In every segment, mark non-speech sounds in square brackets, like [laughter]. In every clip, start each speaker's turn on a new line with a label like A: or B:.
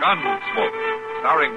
A: Gunsmoke, starring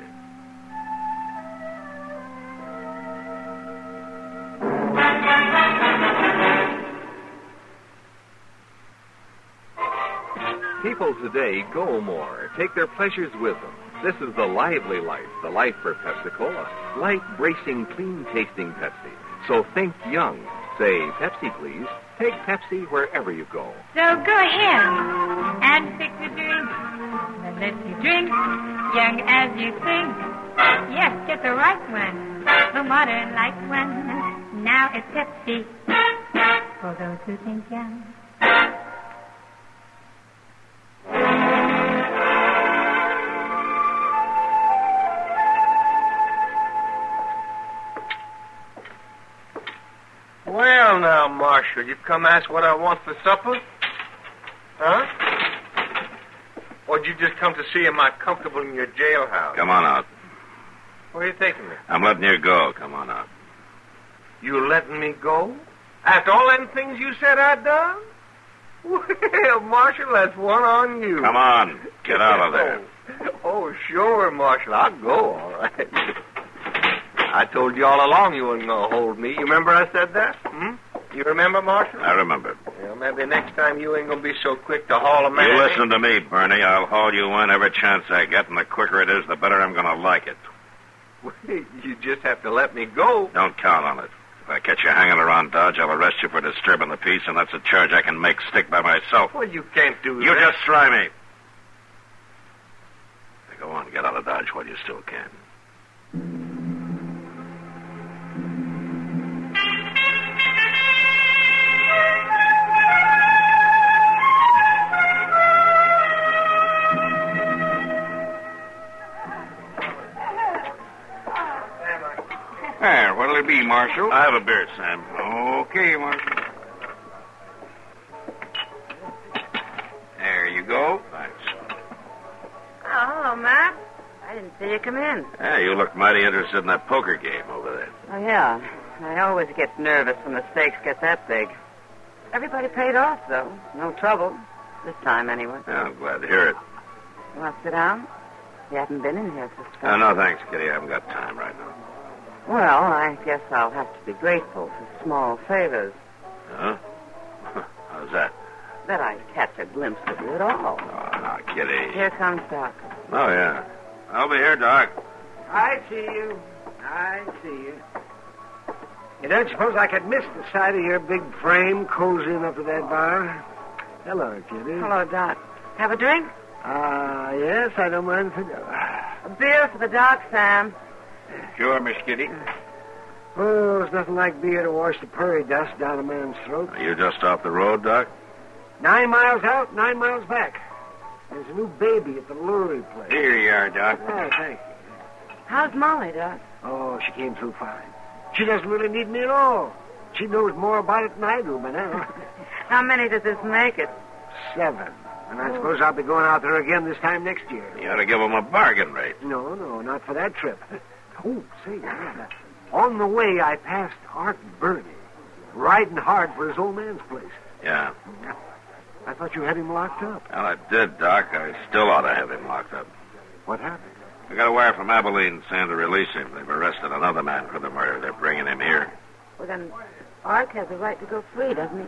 B: People today go more, take their pleasures with them. This is the lively life, the life for Pepsi Cola. Light, bracing, clean tasting Pepsi. So think young. Say Pepsi, please. Take Pepsi wherever you go.
C: So go ahead and pick the drink that lets you drink young as you think. Yes, get the right one, the modern light one. Now it's Pepsi for those who think young.
D: Well, now, Marshal, you've come ask what I want for supper? Huh? Or did you just come to see am I comfortable in your jailhouse?
E: Come on out.
D: Where are you taking me?
E: I'm letting you go. Come on out.
D: You letting me go? After all them things you said I done? Well, [laughs] Marshal, that's one on you.
E: Come on. Get out of there.
D: [laughs] Oh, sure, Marshal. I'll go, all right. I told you all along you wasn't going to hold me. You remember I said that? Hmm? You remember, Marshal?
E: I remember.
D: Well, maybe next time you ain't going to be so quick to haul a man.
E: You listen to me, Bernie. I'll haul you in every chance I get, and the quicker it is, the better I'm going to like it.
D: [laughs] You just have to let me go.
E: Don't count on it. If I catch you hanging around Dodge, I'll arrest you for disturbing the peace, and that's a charge I can make stick by myself.
D: Well, you can't do
E: You
D: that.
E: just try me. Now, Go on, get out of Dodge while you still can.
F: There, what'll it be, Marshal?
E: I have a beer, Sam.
F: Okay, Marshal. There you go.
E: Thanks.
G: Oh, hello, Matt. I didn't see you come in.
E: Hey, you look mighty interested in that poker game over there.
G: Oh, yeah. I always get nervous when the stakes get that big. Everybody paid off, though. No trouble. This time, anyway.
E: Yeah, I'm glad to hear it.
G: You want to sit down? You haven't been in here for so
E: Uh, no, thanks, Kitty. I haven't got time right now.
G: Well, I guess I'll have to be grateful for small favors.
E: Huh? [laughs] How's that?
G: That I catch a glimpse of you at all.
E: Oh, now, Kitty.
G: Here comes Doc.
E: Oh, yeah. I'll be here, Doc.
H: I see you. I see you. You don't suppose I could miss the sight of your big frame cozying up to that bar? Hello, Kitty.
G: Hello, Doc. Have a drink?
H: Ah, yes, I don't mind if it...
G: A beer for the Doc, Sam.
F: Sure, Miss Kitty.
H: Oh, there's nothing like beer to wash the prairie dust down a man's throat.
E: Are you just off the road, Doc?
H: Nine miles out, nine miles back. There's a new baby at the Lurie place.
F: Here you are, Doc.
H: Oh, thanks.
G: How's Molly, Doc?
H: Oh, she came through fine. She doesn't really need me at all. She knows more about it than I do by now. [laughs]
G: How many does this make it?
H: Seven. And I suppose I'll be going out there again this time next year.
E: You ought to give him a bargain rate.
H: No, no, not for that trip. [laughs] Oh, say, yeah, on the way I passed Art Bernie, riding hard for his old man's place.
E: Yeah.
H: I thought you had him locked up.
E: Well, I did, Doc. I still ought to have him locked up.
H: What happened?
E: I got a wire from Abilene saying to release him. They've arrested another man for the murder. They're bringing him here.
G: Well, then, Ark has the right to go free, doesn't he?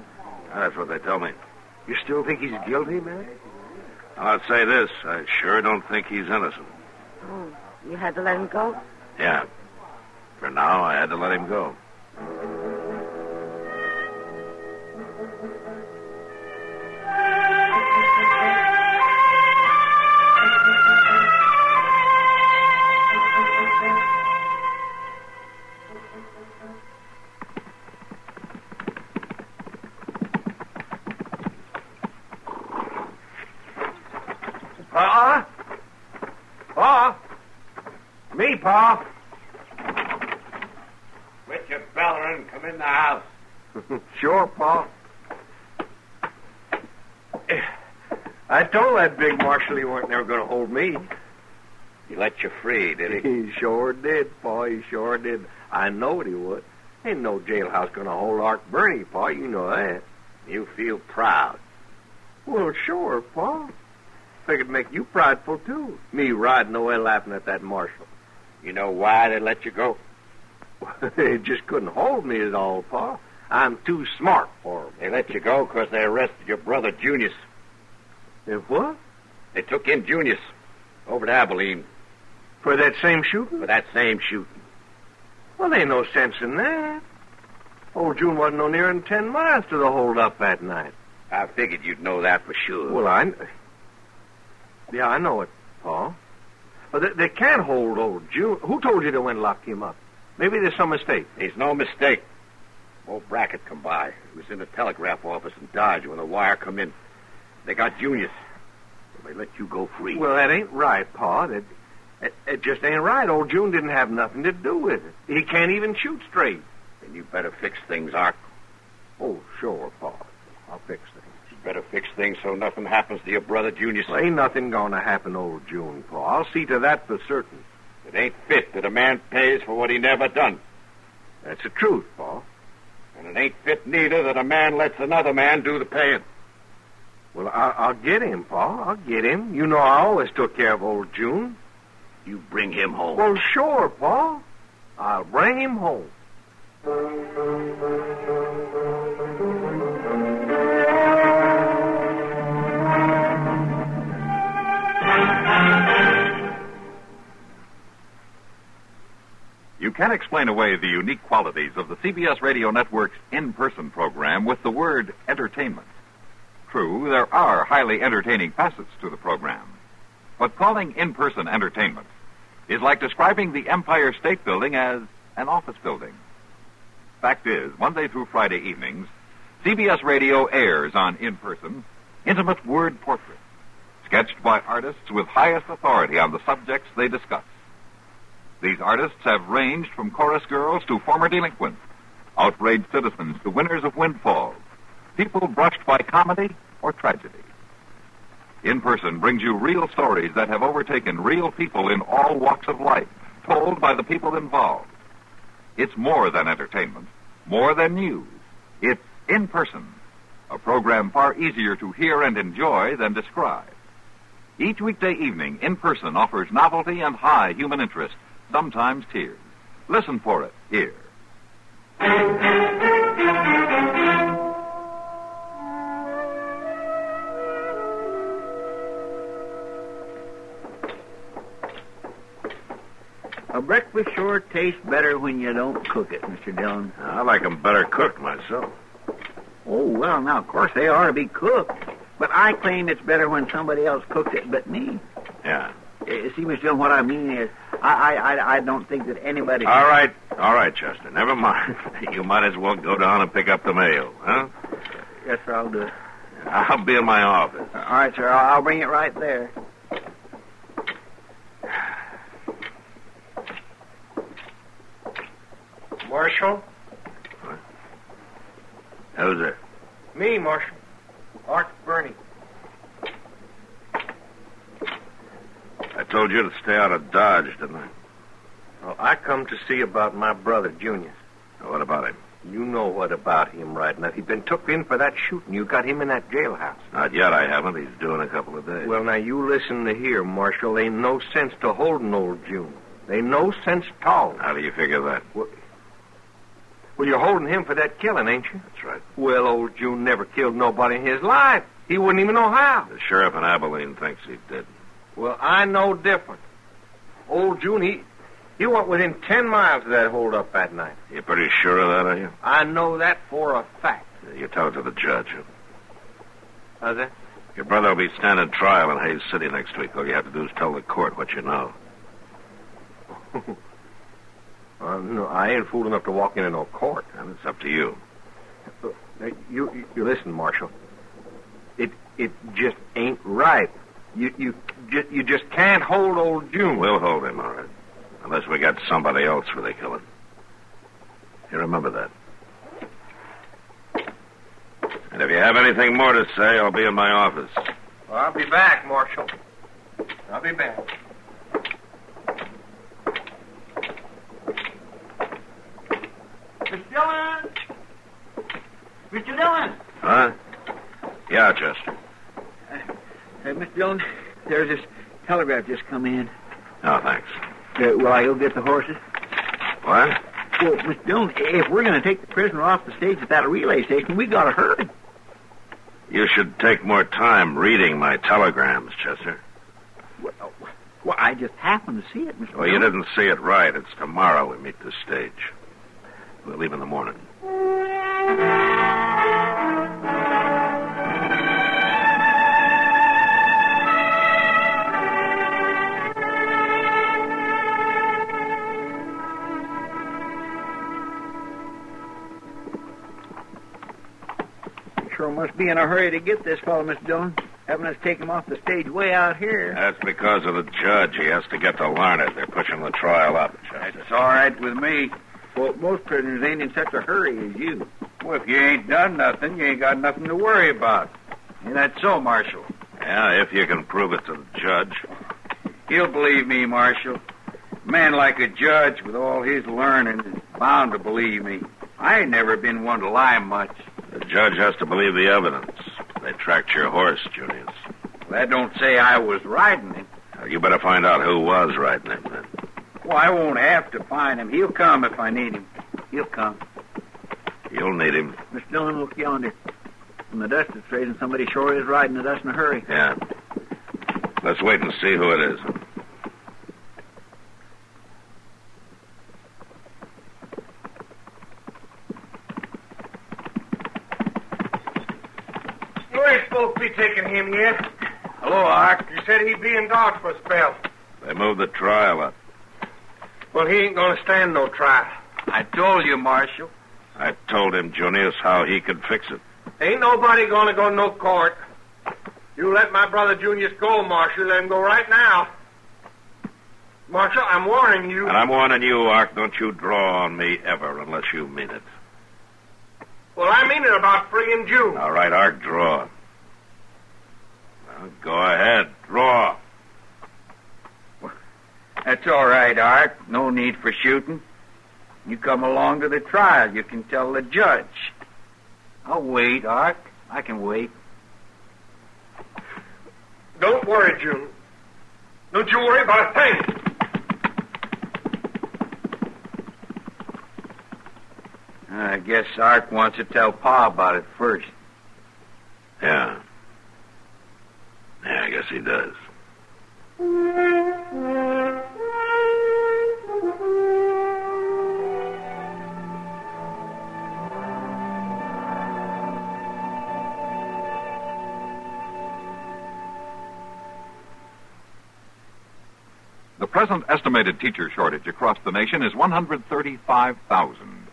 E: That's what they tell me.
H: You still think he's guilty, man?
E: And I'll say this. I sure don't think he's innocent.
G: Oh, you had to let him go?
E: Yeah. For now, I had to let him go.
D: Pa? Pa? Me, Pa?
F: Richard Bellerin, come in the house.
D: [laughs] Sure, Pa. Eh, I told that big marshal he weren't never going to hold me.
F: He let you free, did he?
D: [laughs] He sure did, Pa. He sure did. I knowed he would. Ain't no jailhouse going to hold Art Bernie, Pa. You know that.
F: You feel proud.
D: Well, sure, Pa. Figured make you prideful, too. Me riding away laughing at that marshal.
F: You know why they let you go?
D: [laughs] they just couldn't hold me at all, Pa. I'm too smart for 'em.
F: They let you go 'cause they arrested your brother, Junius.
D: them. what?
F: They took in Junius over to Abilene
D: For that same shooting?
F: for that same shooting.
D: Well, there ain't no sense in that. Old June wasn't no nearer than ten miles to the holdup that night.
F: I figured you'd know that for sure.
D: Well, I. Yeah, I know it, Paul. But they, they can't hold old June. Who told you they went and locked him up? Maybe there's some mistake.
F: There's no mistake. Old Brackett come by. He was in the telegraph office in Dodge when the wire come in. They got Junius. So they let you go free.
D: Well, that ain't right, Pa. That it, it just ain't right. Old June didn't have nothing to do with it. He can't even shoot straight.
F: then you better fix things, Ark.
D: Oh, sure, Pa. I'll fix things.
F: You better fix things so nothing happens to your brother Junius.
D: Well, ain't nothing gonna happen, to old June, Pa. I'll see to that for certain.
F: It ain't fit that a man pays for what he never done.
D: That's the truth, Pa.
F: And it ain't fit neither that a man lets another man do the paying.
D: Well, I, I'll get him, Pa. I'll get him. You know I always took care of old June.
F: You bring him home.
D: Well, sure, Pa. I'll bring him home.
A: You can explain away the unique qualities of the CBS Radio Network's in person program with the word entertainment. True, there are highly entertaining facets to the program, but calling in person entertainment is like describing the Empire State Building as an office building. Fact is, Monday through Friday evenings, CBS Radio airs on in person intimate word portraits, sketched by artists with highest authority on the subjects they discuss. These artists have ranged from chorus girls to former delinquents, outraged citizens to winners of windfalls, people brushed by comedy or tragedy. In person brings you real stories that have overtaken real people in all walks of life, told by the people involved. It's more than entertainment, more than news. It's in person, a program far easier to hear and enjoy than describe. Each weekday evening, in person offers novelty and high human interest sometimes tears. Listen for it here.
I: A breakfast sure tastes better when you don't cook it, Mr. Dillon.
E: I like 'em better cooked myself.
I: Oh, well, now, of course, they are to be cooked. But I claim it's better when somebody else cooks it but me.
E: Yeah.
I: You see, Mr. Dillon, what I mean is, I, I, I, I don't think that anybody.
F: Uh,
E: All right. All right, Chester. Never mind. [laughs] you might as well go down and pick up the mail, huh?
I: Yes, sir, I'll do it.
E: I'll be in my office.
I: All right, sir, I'll, I'll bring it right there.
D: Marshal?
E: Who's there?
D: Me, Marshal. Art Bernie.
E: I told you to stay out of Dodge, didn't I?
D: Well, I come to see about my brother, Junior.
E: What about him?
D: You know what about him right now. He's been took in for that shooting. You got him in that jailhouse.
E: Not yet, I haven't. He's due in a couple of days.
D: Well, now, you listen to here, Marshal. Ain't no sense to holding old June. They no sense at all.
E: How do you figure that?
D: Well, you're holding him for that killing, ain't you?
E: That's right.
D: Well, old June never killed nobody in his life. He wouldn't even know how.
E: The sheriff in Abilene thinks he did.
D: Well, I know different. Old June, he, he went within ten miles of that holdup that night.
E: You're pretty sure of that, are you?
D: I know that for a fact.
E: You tell it to the judge.
D: How's that?
E: Your brother will be standing trial in Hayes City next week. All you have to do is tell the court what you know.
D: Uh, no, I ain't fool enough to walk into no court. Uh,
E: And it's up to you.
D: Now, you, you, you listen, Marshal. It it just ain't right. You you ju- you just can't hold old June.
E: We'll hold him, all right. Unless we got somebody else for the killing. You remember that. And if you have anything more to say, I'll be in my office.
D: Well, I'll be back, Marshal. I'll be back.
J: Mr. Dillon! Mr. Dillon!
E: Huh? Yeah, Chester.
I: Uh, Mr. Dillon, there's this telegraph just come in.
E: No, Oh, thanks.
I: Uh, will I go get the horses?
E: What?
I: Well, Mr. Dillon, if we're going to take the prisoner off the stage at that relay station, we got to hurry.
E: You should take more time reading my telegrams, Chester.
I: Well, well I just happened to see it, Mr.
E: Well, you
I: Dillon.
E: didn't see it right. It's tomorrow we meet the stage. We'll leave in the morning.
I: Sure must be in a hurry to get this fellow, Mr. Dillon. Having us take him off the stage way out here.
E: That's because of the judge. He has to get to Larned. They're pushing the trial up, Chester.
K: It's all right with me.
I: Well, most prisoners ain't in such a hurry as you.
K: Well, if you ain't done nothing, you ain't got nothing to worry about. Ain't that so, Marshal?
E: Yeah, if you can prove it to the judge.
K: He'll believe me, Marshal. A man like a judge with all his learning is bound to believe me. I ain't never been one to lie much.
E: The judge has to believe the evidence. They tracked your horse, Junius.
K: That don't say I was riding him.
E: Now, you better find out who was riding him then.
K: Well, I won't have to find him. He'll come if I need him. He'll come.
E: You'll need him.
I: Mr. Dillon, look yonder. From the dust that's raising, somebody sure is riding at us in a hurry.
E: Yeah. Let's wait and see who it is.
D: You ain't supposed to be taking him yet.
K: Hello, Ark.
D: You said he'd be in Dodge for a spell.
E: They moved the trial up.
D: Well, he ain't gonna stand no trial.
K: I told you, Marshal.
E: I told him, Junius, how he could fix it.
D: Ain't nobody gonna go no court. You let my brother Junius go, Marshal. Let him go right now. Marshal, I'm warning you.
E: And I'm warning you, Ark, don't you draw on me ever unless you mean it.
D: Well, I mean it about friggin' June.
E: All right, Ark, draw. Now, go ahead, draw.
K: That's all right, Art. No need for shooting. You come along to the trial. You can tell the judge. I'll wait, Art. I can wait.
D: Don't worry, June. Don't you worry about a thing.
K: I guess Art wants to tell Pa about it first.
E: Yeah. Yeah, I guess he does.
A: The present estimated teacher shortage across the nation is 135,000.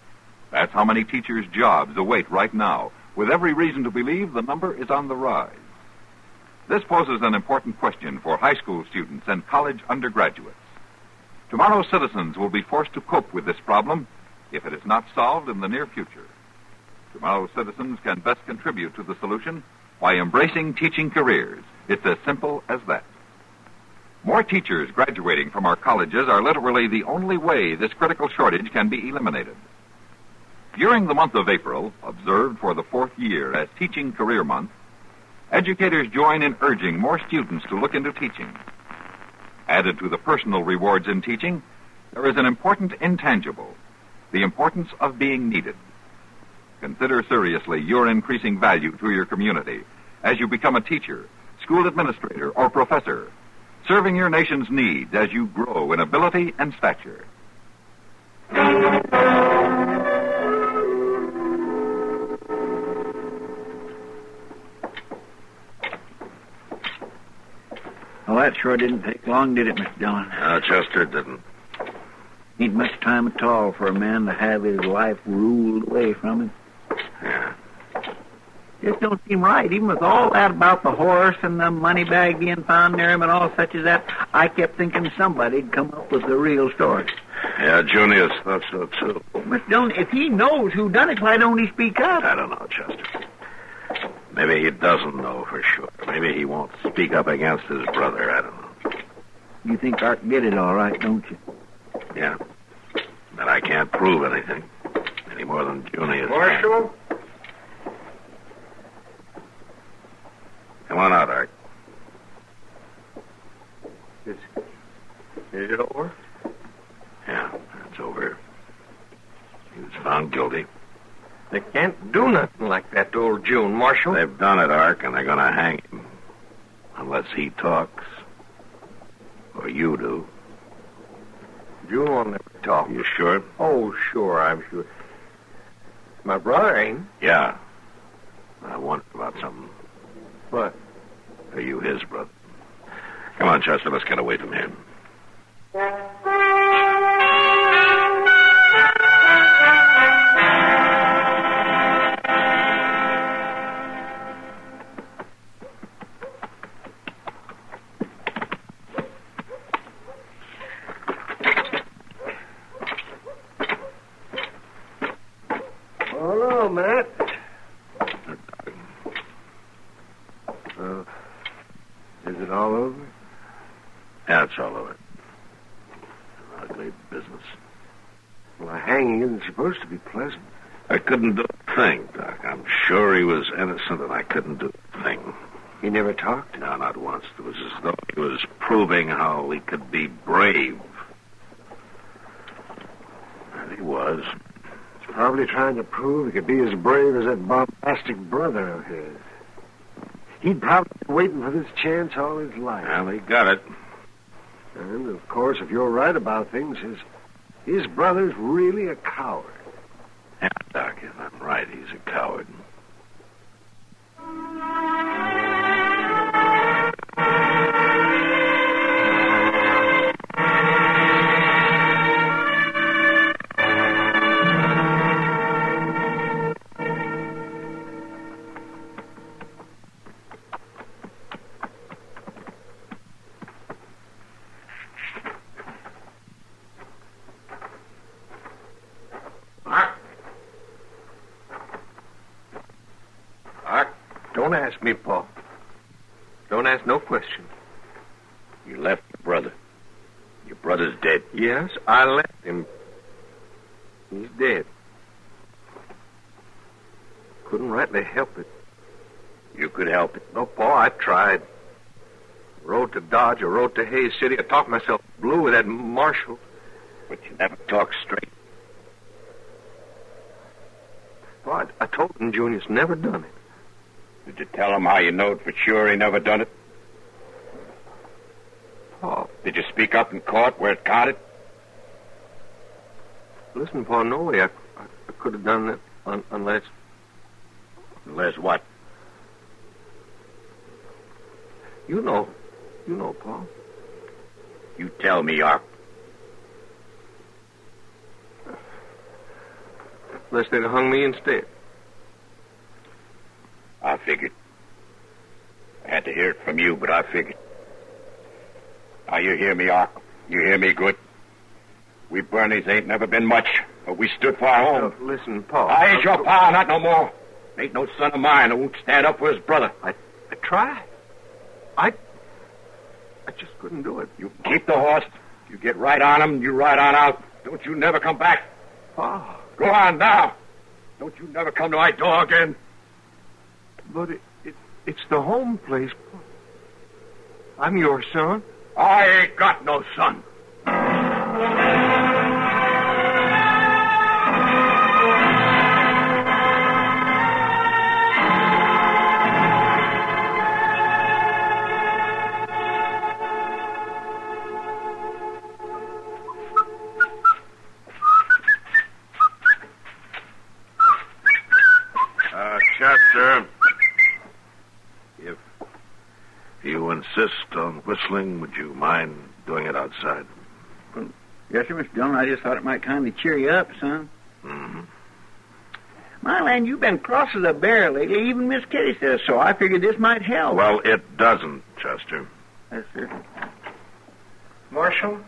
A: That's how many teachers' jobs await right now, with every reason to believe the number is on the rise. This poses an important question for high school students and college undergraduates. Tomorrow's citizens will be forced to cope with this problem if it is not solved in the near future. Tomorrow's citizens can best contribute to the solution by embracing teaching careers. It's as simple as that. More teachers graduating from our colleges are literally the only way this critical shortage can be eliminated. During the month of April, observed for the fourth year as Teaching Career Month, educators join in urging more students to look into teaching. Added to the personal rewards in teaching, there is an important intangible the importance of being needed. Consider seriously your increasing value to your community as you become a teacher, school administrator, or professor serving your nation's needs as you grow in ability and stature.
I: Well, that sure didn't take long, did it, Mr. Dillon?
E: No, Uh, Chester didn't.
I: Ain't much time at all for a man to have his life ruled away from him.
E: Yeah.
I: Just don't seem right. Even with all that about the horse and the money bag being found near him and all such as that, I kept thinking somebody'd come up with the real story.
E: Yeah, Junius thought so, too.
I: But don't, if he knows who done it, why don't he speak up?
E: I don't know, Chester. Maybe he doesn't know for sure. Maybe he won't speak up against his brother. I don't know.
I: You think Art did it all right, don't you?
E: Yeah. But I can't prove anything. Any more than Junius.
D: Marshal?
E: Come on out, Art.
D: Is, is it over?
E: Yeah, it's over. He was found guilty.
D: They can't do nothing like that to old June, Marshal.
E: They've done it, Ark, and they're going to hang him. Unless he talks. Or you do.
D: June will never talk.
E: You sure?
D: Oh, sure, I'm sure. My brother ain't.
E: Yeah. I wonder about something.
D: What?
E: Are you his brother? Come on, Chester, let's get away from here.
H: Hello, Matt.
D: Uh, is it all over?
E: Yeah, it's all over. An ugly business.
H: Well, a hanging isn't supposed to be pleasant.
E: I couldn't do a thing, Doc. I'm sure he was innocent, and I couldn't do a thing.
H: He never talked?
E: No, not once. It was as though he was proving how he could be brave. And he was.
H: He's probably trying to prove he could be as brave as that bombastic brother of his. He'd probably been waiting for this chance all his life.
E: Well, he got it.
H: And, of course, if you're right about things, his, his brother's really a coward.
E: Yeah, Doc, if I'm right, he's a coward.
D: Don't ask me, Paul. Don't ask no questions.
E: You left your brother. Your brother's dead.
D: Yes, I left him. He's dead. Couldn't rightly help it.
E: You could help it.
D: No, Paul, I tried. Rode to Dodge or rode to Hayes City. I talked myself blue with that marshal.
E: But you never talked straight.
D: Paul, I, I told him Junior's never done it.
E: Did you tell him how you knowed for sure he never done it?
D: Paul.
E: Did you speak up in court where it counted?
D: Listen, Paul, no way I, I, I could have done that un, unless.
E: Unless what?
D: You know. You know, Paul.
E: You tell me, Ark.
D: Unless they'd have hung me instead.
E: I figured. I had to hear it from you, but I figured. Now, you hear me, Ark. You hear me good. We Bernies ain't never been much, but we stood for our own.
D: Now, listen, Paul.
E: I ain't your pa, not no more. Ain't no son of mine who won't stand up for his brother.
D: I, I tried. I. I just couldn't do it.
E: You keep the horse. You get right on him, you ride on out. Don't you never come back.
D: Paul.
E: Go on now. Don't you never come to my door again.
D: But it, it, it's the home place. I'm your son.
E: I ain't got no son. Uh, Chester. If you insist on whistling, would you mind doing it outside?
I: Yes, sir, Mr. Dillon. I just thought it might kindly cheer you up, son.
E: Mm-hmm.
I: My land, you've been cross as a bear lately. Even Miss Kitty says so. I figured this might help.
E: Well, it doesn't, Chester.
I: Yes, sir.
D: Marshal?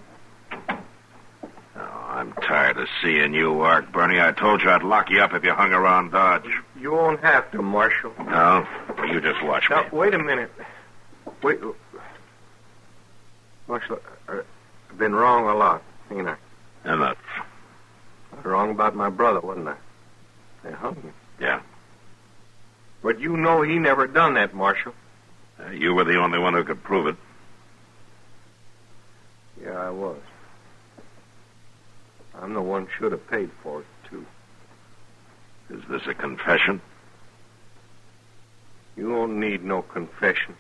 E: I'm tired of seeing you, Ark. Bernie, I told you I'd lock you up if you hung around Dodge.
D: You won't have to, Marshal.
E: No? Well, you just watch
D: Now,
E: me.
D: wait a minute. Wait. Marshal, uh, I've been wrong a lot, ain't I?
E: Enough.
D: I was wrong about my brother, wasn't I? They hung him.
E: Yeah.
D: But you know he never done that, Marshal.
E: Uh, you were the only one who could prove it.
D: Yeah, I was. I'm the one should have paid for it, too.
E: Is this a confession?
D: You won't need no confession.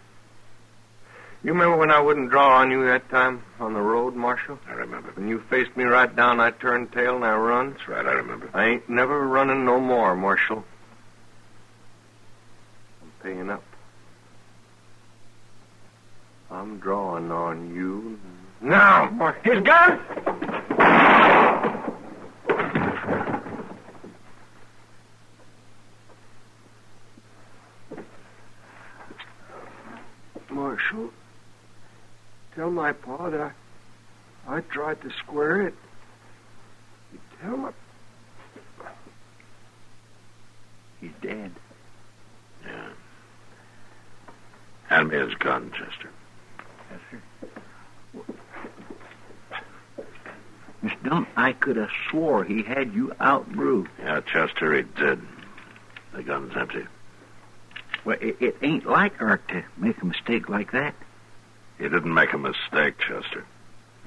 D: You remember when I wouldn't draw on you that time on the road, Marshal?
E: I remember.
D: When you faced me right down, I turned tail and I run.
E: That's right, I remember.
D: I ain't never running no more, Marshal. I'm paying up. I'm drawing on you now, Marshal. His gun? Marshal, tell my pa that I, I tried to square it. You tell my
I: He's dead.
E: Yeah. Hand me his gun, Chester.
I: Yes, sir. Miss Dunn, I could have swore he had you out brew.
E: Yeah, Chester, he did. The gun's empty.
I: Well, it, it ain't like Art to make a mistake like that.
E: He didn't make a mistake, Chester.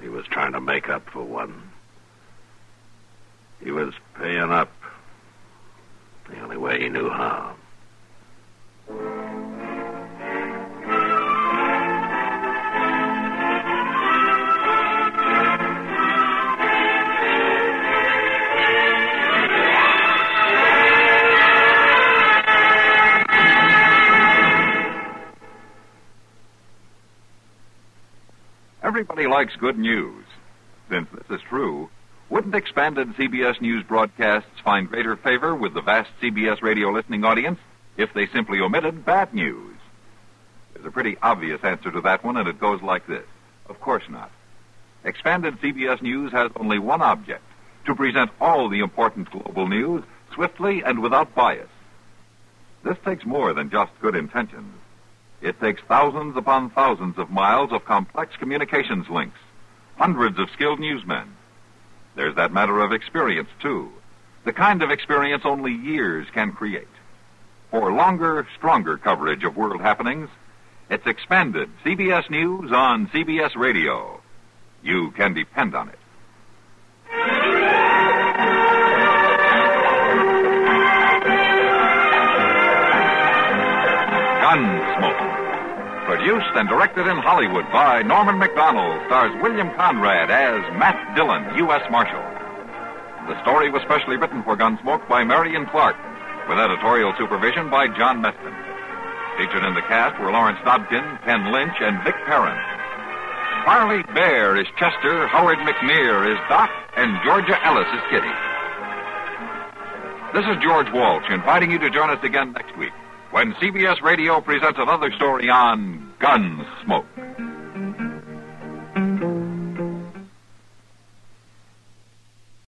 E: He was trying to make up for one. He was paying up. The only way he knew how.
A: Everybody likes good news. Since this is true, wouldn't expanded CBS News broadcasts find greater favor with the vast CBS radio listening audience if they simply omitted bad news? There's a pretty obvious answer to that one, and it goes like this Of course not. Expanded CBS News has only one object to present all the important global news swiftly and without bias. This takes more than just good intentions. It takes thousands upon thousands of miles of complex communications links, hundreds of skilled newsmen. There's that matter of experience, too. The kind of experience only years can create. For longer, stronger coverage of world happenings, it's expanded CBS News on CBS Radio. You can depend on it. Gunsmoke. Produced and directed in Hollywood by Norman McDonald, stars William Conrad as Matt Dillon, U.S. Marshal. The story was specially written for Gunsmoke by Marion Clark, with editorial supervision by John Meston. Featured in the cast were Lawrence Dobkin, Ken Lynch, and Vic Perrin. Harley Bear is Chester, Howard McNear is Doc, and Georgia Ellis is Kitty. This is George Walsh inviting you to join us again next week when CBS Radio presents another story on Gunsmoke.